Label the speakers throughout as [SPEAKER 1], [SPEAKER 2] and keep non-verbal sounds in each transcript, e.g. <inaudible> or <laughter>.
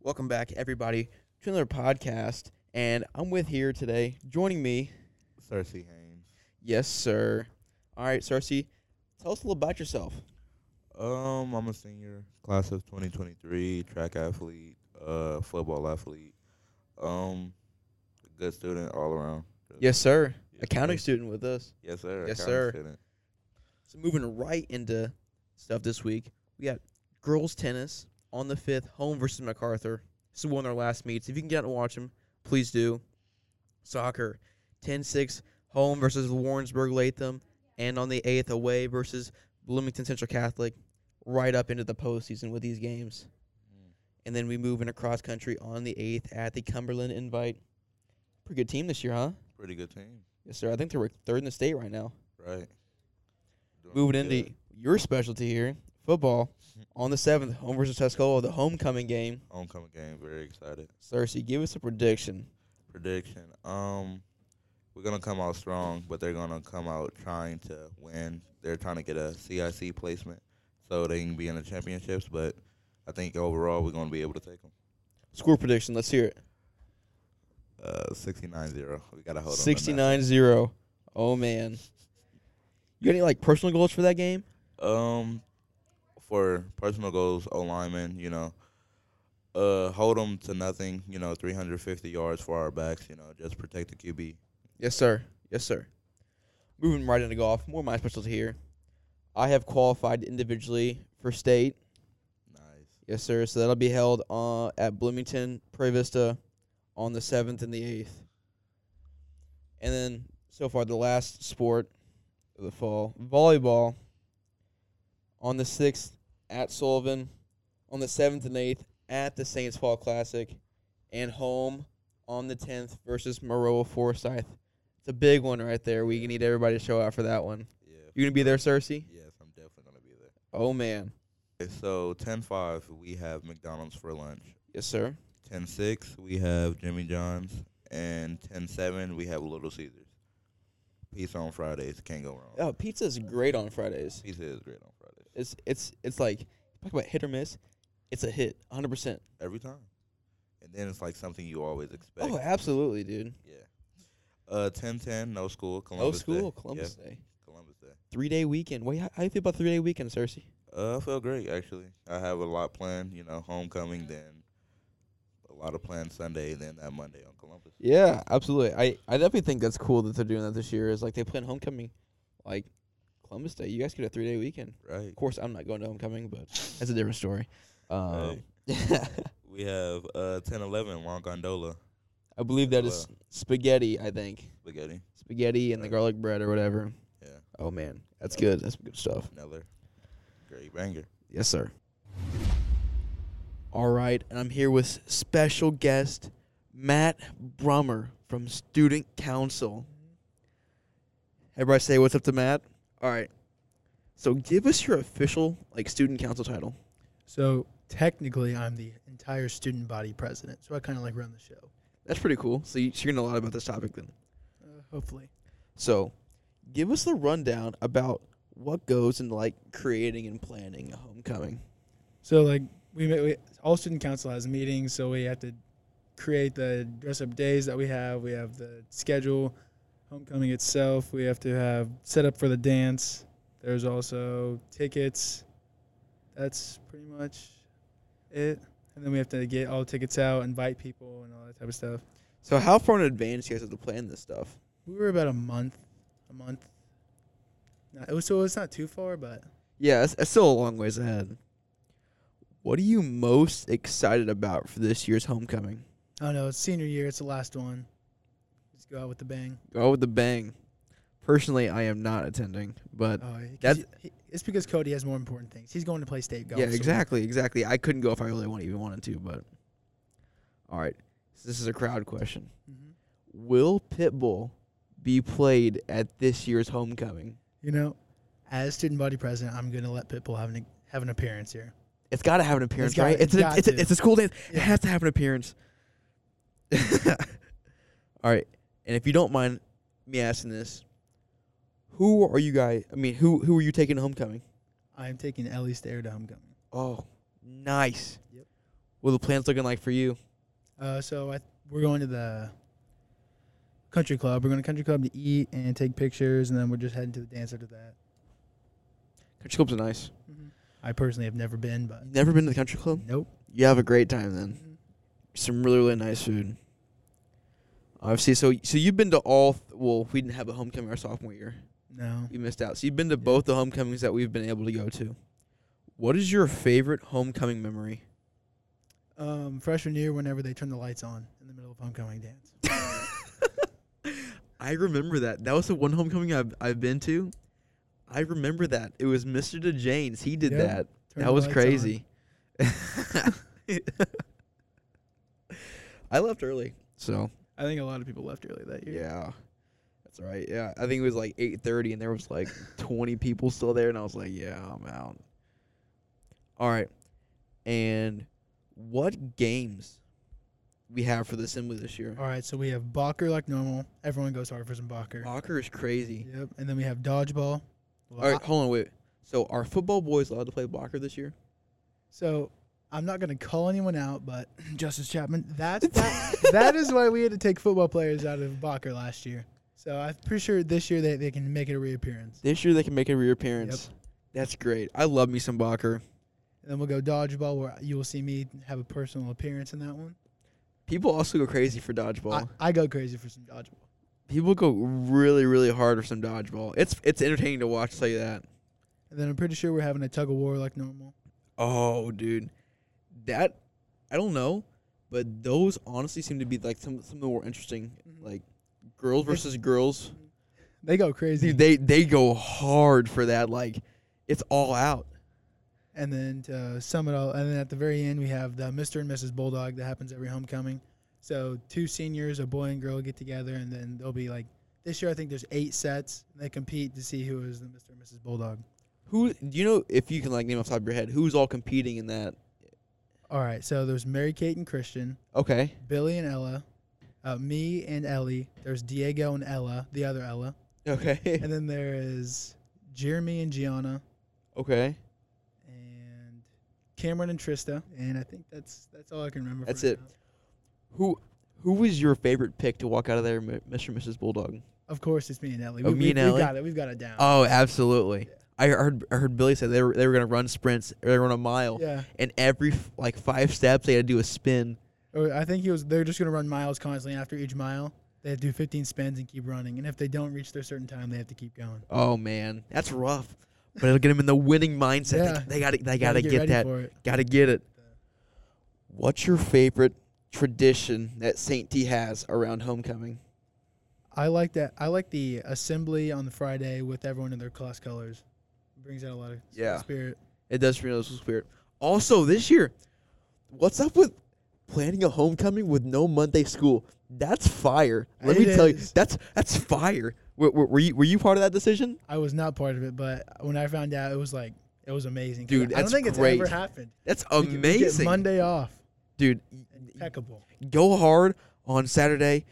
[SPEAKER 1] Welcome back, everybody, to another podcast. And I'm with here today, joining me,
[SPEAKER 2] Cersei Haynes.
[SPEAKER 1] yes, sir. All right, Cersei, tell us a little about yourself.
[SPEAKER 2] Um, I'm a senior, class of 2023, track athlete, uh, football athlete. Um, a good student all around. Just-
[SPEAKER 1] Yes, sir.
[SPEAKER 2] yes,
[SPEAKER 1] Accounting
[SPEAKER 2] sir.
[SPEAKER 1] student with us.
[SPEAKER 2] Yes, sir.
[SPEAKER 1] Yes,
[SPEAKER 2] accounting
[SPEAKER 1] sir.
[SPEAKER 2] Student.
[SPEAKER 1] So moving right into stuff this week, we got girls tennis on the fifth, home versus MacArthur. This is one of our last meets. If you can get out and watch them, please do. Soccer, 10-6, home versus Warrensburg Latham, and on the eighth, away versus Bloomington Central Catholic. Right up into the postseason with these games, and then we move into cross country on the eighth at the Cumberland Invite. Pretty good team this year, huh?
[SPEAKER 2] Pretty good team,
[SPEAKER 1] Yes, sir. I think they're third in the state right now.
[SPEAKER 2] right? Doing
[SPEAKER 1] Moving
[SPEAKER 2] good.
[SPEAKER 1] into your specialty here, football. On the seventh, home versus Tuscola, the homecoming game.
[SPEAKER 2] homecoming game. Very excited.
[SPEAKER 1] Cersei, give us a prediction.
[SPEAKER 2] Prediction. Um, we're gonna come out strong, but they're gonna come out trying to win. They're trying to get a CIC placement so they can be in the championships. But I think overall we're gonna be able to take them.
[SPEAKER 1] Score prediction. Let's hear it.
[SPEAKER 2] Uh, 69-0. We gotta hold 69.
[SPEAKER 1] 69-0. Oh man. You got any like personal goals for that game?
[SPEAKER 2] Um, for personal goals, O lineman, you know, uh, hold them to nothing. You know, 350 yards for our backs. You know, just protect the QB.
[SPEAKER 1] Yes, sir. Yes, sir. Moving right into golf. More of my specialty here. I have qualified individually for state.
[SPEAKER 2] Nice.
[SPEAKER 1] Yes, sir. So that'll be held uh, at Bloomington Prairie Vista on the seventh and the eighth. And then so far the last sport of the fall volleyball on the sixth at Sullivan, on the seventh and eighth at the Saints Fall Classic, and home on the tenth versus Maroa Forsyth. It's a big one right there. We need everybody to show out for that one.
[SPEAKER 2] Yeah.
[SPEAKER 1] You gonna be there, Cersei?
[SPEAKER 2] Yes, I'm definitely gonna be there.
[SPEAKER 1] Oh man,
[SPEAKER 2] Okay, So 10-5, we have McDonald's for lunch.
[SPEAKER 1] yes, sir.
[SPEAKER 2] 10-6, we have Jimmy John's, and 10-7, we have Little Caesars. Pizza on Fridays can't go wrong.
[SPEAKER 1] Oh, pizza's great on Fridays.
[SPEAKER 2] Pizza is great on Fridays
[SPEAKER 1] It's it's it's like talk about hit or miss. It's a hit, 100. percent
[SPEAKER 2] every time, and then it's like something you always expect.
[SPEAKER 1] Oh, absolutely, dude.
[SPEAKER 2] Yeah. Uh, ten ten, no school.
[SPEAKER 1] No
[SPEAKER 2] Columbus
[SPEAKER 1] school,
[SPEAKER 2] Day.
[SPEAKER 1] Columbus
[SPEAKER 2] Yeah,
[SPEAKER 1] Day,
[SPEAKER 2] Columbus Day.
[SPEAKER 1] three day weekend. Wait, how, how you feel about three day weekend, Cersei?
[SPEAKER 2] Uh, I feel great actually. I have a lot planned. You know, homecoming, then a lot of planned Sunday, then that Monday on Columbus.
[SPEAKER 1] Yeah, absolutely. I I definitely think that's cool that they're doing that this year. Is like they plan homecoming, like Columbus Day. You guys get a three day weekend.
[SPEAKER 2] Right.
[SPEAKER 1] Of course, I'm not going to homecoming, but that's a different story. Um,
[SPEAKER 2] <laughs> We have uh ten eleven Juan Gondola
[SPEAKER 1] I believe that is spaghetti. I think
[SPEAKER 2] spaghetti.
[SPEAKER 1] spaghetti and the
[SPEAKER 2] Right.
[SPEAKER 1] garlic bread or whatever.
[SPEAKER 2] Yeah,
[SPEAKER 1] Oh man, that's good. That's good stuff.
[SPEAKER 2] another great banger.
[SPEAKER 1] Yes, sir. All right, and I'm here with special guest Matt Brummer from Student Council. Everybody say what's up to Matt. All right. So give us your official like student council title.
[SPEAKER 3] So technically, I'm the entire student body president. So I kind of like run the show.
[SPEAKER 1] That's pretty cool. So you- you're gonna know a lot about this topic then.
[SPEAKER 3] Uh, hopefully.
[SPEAKER 1] So give us the rundown about what goes into like creating and planning a homecoming.
[SPEAKER 3] So like we, ma- we all student council has meetings. So we have to create the dress up days that we have. We have the schedule, homecoming itself. We have to have set up for the dance. There's also tickets. That's pretty much it. And then we have to get all tickets out, invite people, and all that type of stuff.
[SPEAKER 1] So how far in advance do you guys have to plan this stuff?
[SPEAKER 3] We were about a month, a month. No, it was so it's not too far, but
[SPEAKER 1] Yeah, it's, it's still a long ways ahead. What are you most excited about for this year's homecoming?
[SPEAKER 3] Oh no, it's senior year. It's the last one. Just go out with the bang.
[SPEAKER 1] Go with Oh, the bang. Personally, I am not attending, but
[SPEAKER 3] Oh, he- 'cause
[SPEAKER 1] That's-
[SPEAKER 3] he- he- it's because Cody has more important things. He's going to play state golf.
[SPEAKER 1] yeah,
[SPEAKER 3] so-
[SPEAKER 1] exactly, exactly. I couldn't go if I really wanted, even wanted to, but all right. So this is a crowd question.
[SPEAKER 3] Mhm.
[SPEAKER 1] Will Pitbull be played at this year's homecoming?
[SPEAKER 3] You know, as student body president, I'm going to let Pitbull have an have an appearance here.
[SPEAKER 1] It's got to have an appearance,
[SPEAKER 3] gotta-
[SPEAKER 1] right? It's
[SPEAKER 3] it's
[SPEAKER 1] an,
[SPEAKER 3] got
[SPEAKER 1] it's, a,
[SPEAKER 3] to.
[SPEAKER 1] it's a school dance. It
[SPEAKER 3] Yeah.
[SPEAKER 1] has to have an appearance. <laughs> All right, and if you don't mind me asking this, who are you guys? I mean, who who are you taking to homecoming?
[SPEAKER 3] I'm taking Ellie Stair to homecoming.
[SPEAKER 1] Oh, nice.
[SPEAKER 3] Yep.
[SPEAKER 1] What are the plans looking like for you?
[SPEAKER 3] Uh, so I, we're going to the country club. We're going to country club to eat and take pictures, and then we're just heading to the dance after that.
[SPEAKER 1] Country clubs are nice.
[SPEAKER 3] I personally have never been, but
[SPEAKER 1] Never been to the country club?
[SPEAKER 3] nope.
[SPEAKER 1] You have a great time then. Some really really nice food. Obviously, so so you've been to all. th- Well, we didn't have a homecoming our sophomore year.
[SPEAKER 3] No.
[SPEAKER 1] You missed out. So you've been to both the homecomings that we've been able to go to. What is your favorite homecoming memory?
[SPEAKER 3] Um, freshman year, whenever they turn the lights on in the middle of homecoming dance.
[SPEAKER 1] I remember that. That was the one homecoming I've I've been to. I remember that. It was Mr. DeJanes. He did
[SPEAKER 3] Yeah,
[SPEAKER 1] that.
[SPEAKER 3] Turn
[SPEAKER 1] that
[SPEAKER 3] the
[SPEAKER 1] was
[SPEAKER 3] lights
[SPEAKER 1] crazy. <laughs> I left early. So
[SPEAKER 3] on. I think a lot of people left early that year.
[SPEAKER 1] yeah. That's all right. Yeah. I think it was like eight thirty and there was <laughs> like twenty people still there and I was like, Yeah, I'm out. All right. And what games we have for the assembly this year?
[SPEAKER 3] All right, so we have Bocker like normal. Everyone goes hard for some Bocker.
[SPEAKER 1] Soccer is crazy.
[SPEAKER 3] Yep. And then we have dodgeball.
[SPEAKER 1] All right, hold on, wait. So are football boys allowed to play blocker this year?
[SPEAKER 3] So I'm not going to call anyone out, but <clears throat> Justice Chapman,
[SPEAKER 1] <laughs>
[SPEAKER 3] that's that, that is why we had to take football players out of Bocker last year. So I'm pretty sure this year they, they can make it a reappearance.
[SPEAKER 1] This year they can make a reappearance. That's great. I love me some blocker.
[SPEAKER 3] And then we'll go dodgeball, where you will see me have a personal appearance in that one.
[SPEAKER 1] People also go crazy for dodgeball.
[SPEAKER 3] I, I go crazy for some dodgeball.
[SPEAKER 1] People go really, really hard for some dodgeball. It's it's entertaining to watch. Tell you that.
[SPEAKER 3] And then I'm pretty sure we're having a tug of war like normal.
[SPEAKER 1] Oh, dude, that I don't know, but those honestly seem to be like some some of the more interesting,
[SPEAKER 3] Mhm.
[SPEAKER 1] like girls versus girls.
[SPEAKER 3] Mm-hmm. They go crazy.
[SPEAKER 1] Dude, they they go hard for that. Like it's all out.
[SPEAKER 3] And then to sum it all, and then at the very end, we have the Mr. and Mrs. Bulldog that happens every homecoming. So two seniors, a boy and girl, get together, and then they'll be like, this year I think there's eight sets. And they compete to see who is the Mr. and Mrs. Bulldog.
[SPEAKER 1] Who do you know if you can like name off the top of your head who's all competing in that?
[SPEAKER 3] All right, so there's Mary Kate and Christian,
[SPEAKER 1] Okay.
[SPEAKER 3] Billy and Ella, uh, me and Ellie. There's Diego and Ella, the other Ella,
[SPEAKER 1] Okay.
[SPEAKER 3] <laughs> and then there is Jeremy and Gianna,
[SPEAKER 1] <laughs> Okay.
[SPEAKER 3] and Cameron and Trista. And I think that's that's all I can remember.
[SPEAKER 1] That's
[SPEAKER 3] right
[SPEAKER 1] it.
[SPEAKER 3] now.
[SPEAKER 1] Who who was your favorite pick to walk out of there, M- Mr. and Mrs. Bulldog?
[SPEAKER 3] Of course, it's me and Ellie.
[SPEAKER 1] Oh,
[SPEAKER 3] we,
[SPEAKER 1] me
[SPEAKER 3] we-
[SPEAKER 1] and
[SPEAKER 3] we
[SPEAKER 1] Ellie?
[SPEAKER 3] got it. We've got it down.
[SPEAKER 1] Oh, absolutely. I heard I heard Billy say they were they were gonna run sprints, or they run a mile,
[SPEAKER 3] yeah.
[SPEAKER 1] and every f- like five steps they had to do a spin.
[SPEAKER 3] Or I think he was. They're just gonna run miles constantly. After each mile, they have to do 15 spins and keep running. And if they don't reach their certain time, they have to keep going.
[SPEAKER 1] Oh man, that's rough. But it'll get them in the winning mindset.
[SPEAKER 3] Yeah.
[SPEAKER 1] They, they gotta they gotta, get,
[SPEAKER 3] ready
[SPEAKER 1] that.
[SPEAKER 3] For it.
[SPEAKER 1] Gotta get it. What's your favorite tradition that Saint T has around homecoming?
[SPEAKER 3] I like that. I like the assembly on the Friday with everyone in their class colors. brings out a lot of
[SPEAKER 1] Yeah.
[SPEAKER 3] spirit.
[SPEAKER 1] It does feel those spirit. Also, this year, what's up with planning a homecoming with no Monday school? That's fire. Let me
[SPEAKER 3] It
[SPEAKER 1] tell you,
[SPEAKER 3] is.
[SPEAKER 1] that's that's fire. Were, were, were you were you part of that decision?
[SPEAKER 3] I was not part of it, but when I found out, it was like it was amazing. 'Cause
[SPEAKER 1] Dude,
[SPEAKER 3] I don't
[SPEAKER 1] that's
[SPEAKER 3] think
[SPEAKER 1] great.
[SPEAKER 3] it's ever happened.
[SPEAKER 1] That's
[SPEAKER 3] We get- we get
[SPEAKER 1] amazing,
[SPEAKER 3] Monday off.
[SPEAKER 1] dude.
[SPEAKER 3] Impeccable.
[SPEAKER 1] Go hard on Saturday,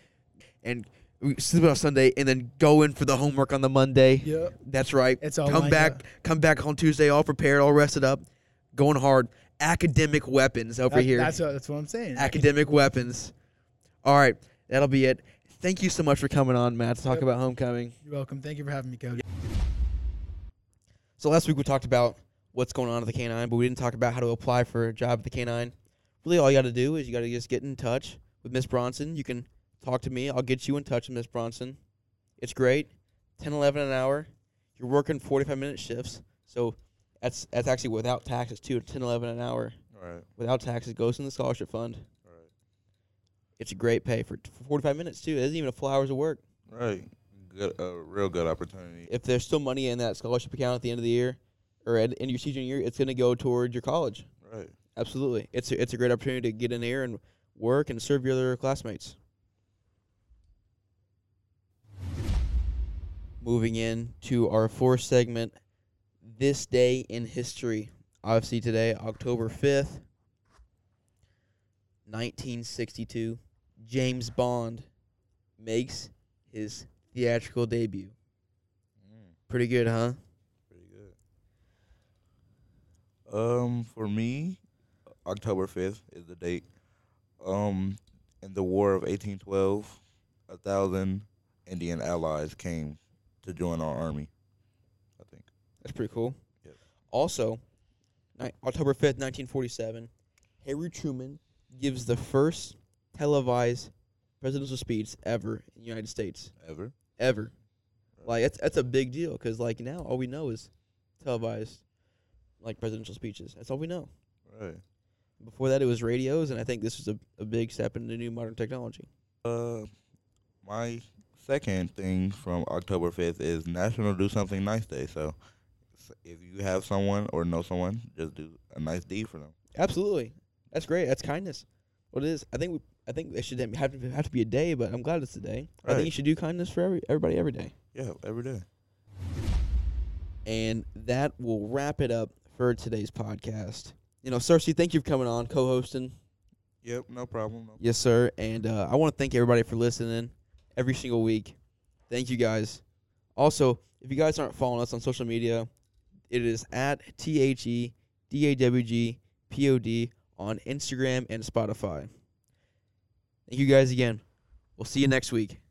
[SPEAKER 1] and we sleep on Sunday, and then go in for the homework on the Monday.
[SPEAKER 3] Yep.
[SPEAKER 1] That's right.
[SPEAKER 3] It's all
[SPEAKER 1] come
[SPEAKER 3] lined
[SPEAKER 1] back,
[SPEAKER 3] up.
[SPEAKER 1] come back on Tuesday, all prepared, all rested up, going hard. Academic weapons over
[SPEAKER 3] That-
[SPEAKER 1] here.
[SPEAKER 3] <laughs> That's what, that's what I'm saying.
[SPEAKER 1] academic weapons. All right, that'll be it. Thank you so much for coming on, Matt, to talk
[SPEAKER 3] Yep.
[SPEAKER 1] about homecoming.
[SPEAKER 3] You're welcome. Thank you for having me, Cody.
[SPEAKER 1] So last week we talked about what's going on at the K9, but we didn't talk about how to apply for a job at the K9. Really, all you got to do is you got to just get in touch with Miss Bronson. You can talk to me. I'll get you in touch with Miss Bronson. It's great. 10, 11 an hour. You're working 45 minute shifts, so that's that's actually without taxes too. 10, 11 an hour
[SPEAKER 2] All right,
[SPEAKER 1] without taxes goes in the scholarship fund.
[SPEAKER 2] all right.
[SPEAKER 1] It's a great pay for, for 45 minutes too. It isn't even a full hours of work.
[SPEAKER 2] Right. Good, a real good opportunity.
[SPEAKER 1] if there's still money in that scholarship account at the end of the year or at the end of your senior year, it's going to go toward your college.
[SPEAKER 2] Right.
[SPEAKER 1] Absolutely. It's a, it's a great opportunity to get in here and work and serve your other classmates. Moving in to our fourth segment, this day in history. Obviously today, October 5th, 1962, James Bond makes his theatrical debut.
[SPEAKER 2] Mm,
[SPEAKER 1] Pretty good, huh?
[SPEAKER 2] pretty good. Um, for me, October fifth is the date. Um, in the War of eighteen twelve, a thousand Indian allies came to join our army. I think.
[SPEAKER 1] That's pretty cool.
[SPEAKER 2] Yep.
[SPEAKER 1] Also, ni- October 5th, 1947, Harry Truman gives the first televised presidential speech ever in the United States.
[SPEAKER 2] Ever.
[SPEAKER 1] Ever. Like, that's, that's a big deal because, like, now all we know is televised, like, presidential speeches. That's all we know.
[SPEAKER 2] Right.
[SPEAKER 1] Before that, it was radios, and I think this was a, a big step into new modern technology.
[SPEAKER 2] Uh, my second thing from October 5th is National Do Something Nice Day. So s- if you have someone or know someone, just do a nice deed for them.
[SPEAKER 1] Absolutely, that's great. That's kindness. What it is, I think we, I think it should have to have to be a day, but I'm glad it's a day. I
[SPEAKER 2] Right.
[SPEAKER 1] think you should do kindness for every, everybody every day.
[SPEAKER 2] Yeah, every day.
[SPEAKER 1] And that will wrap it up for today's podcast. You know, Cersei, thank you for coming on, co-hosting.
[SPEAKER 2] Yep, no problem. No
[SPEAKER 1] Yes, sir. And uh, I want to thank everybody for listening every single week. Thank you guys. Also, if you guys aren't following us on social media, it is at T H E D A W G P O D on Instagram and Spotify. Thank you guys again. We'll see you next week.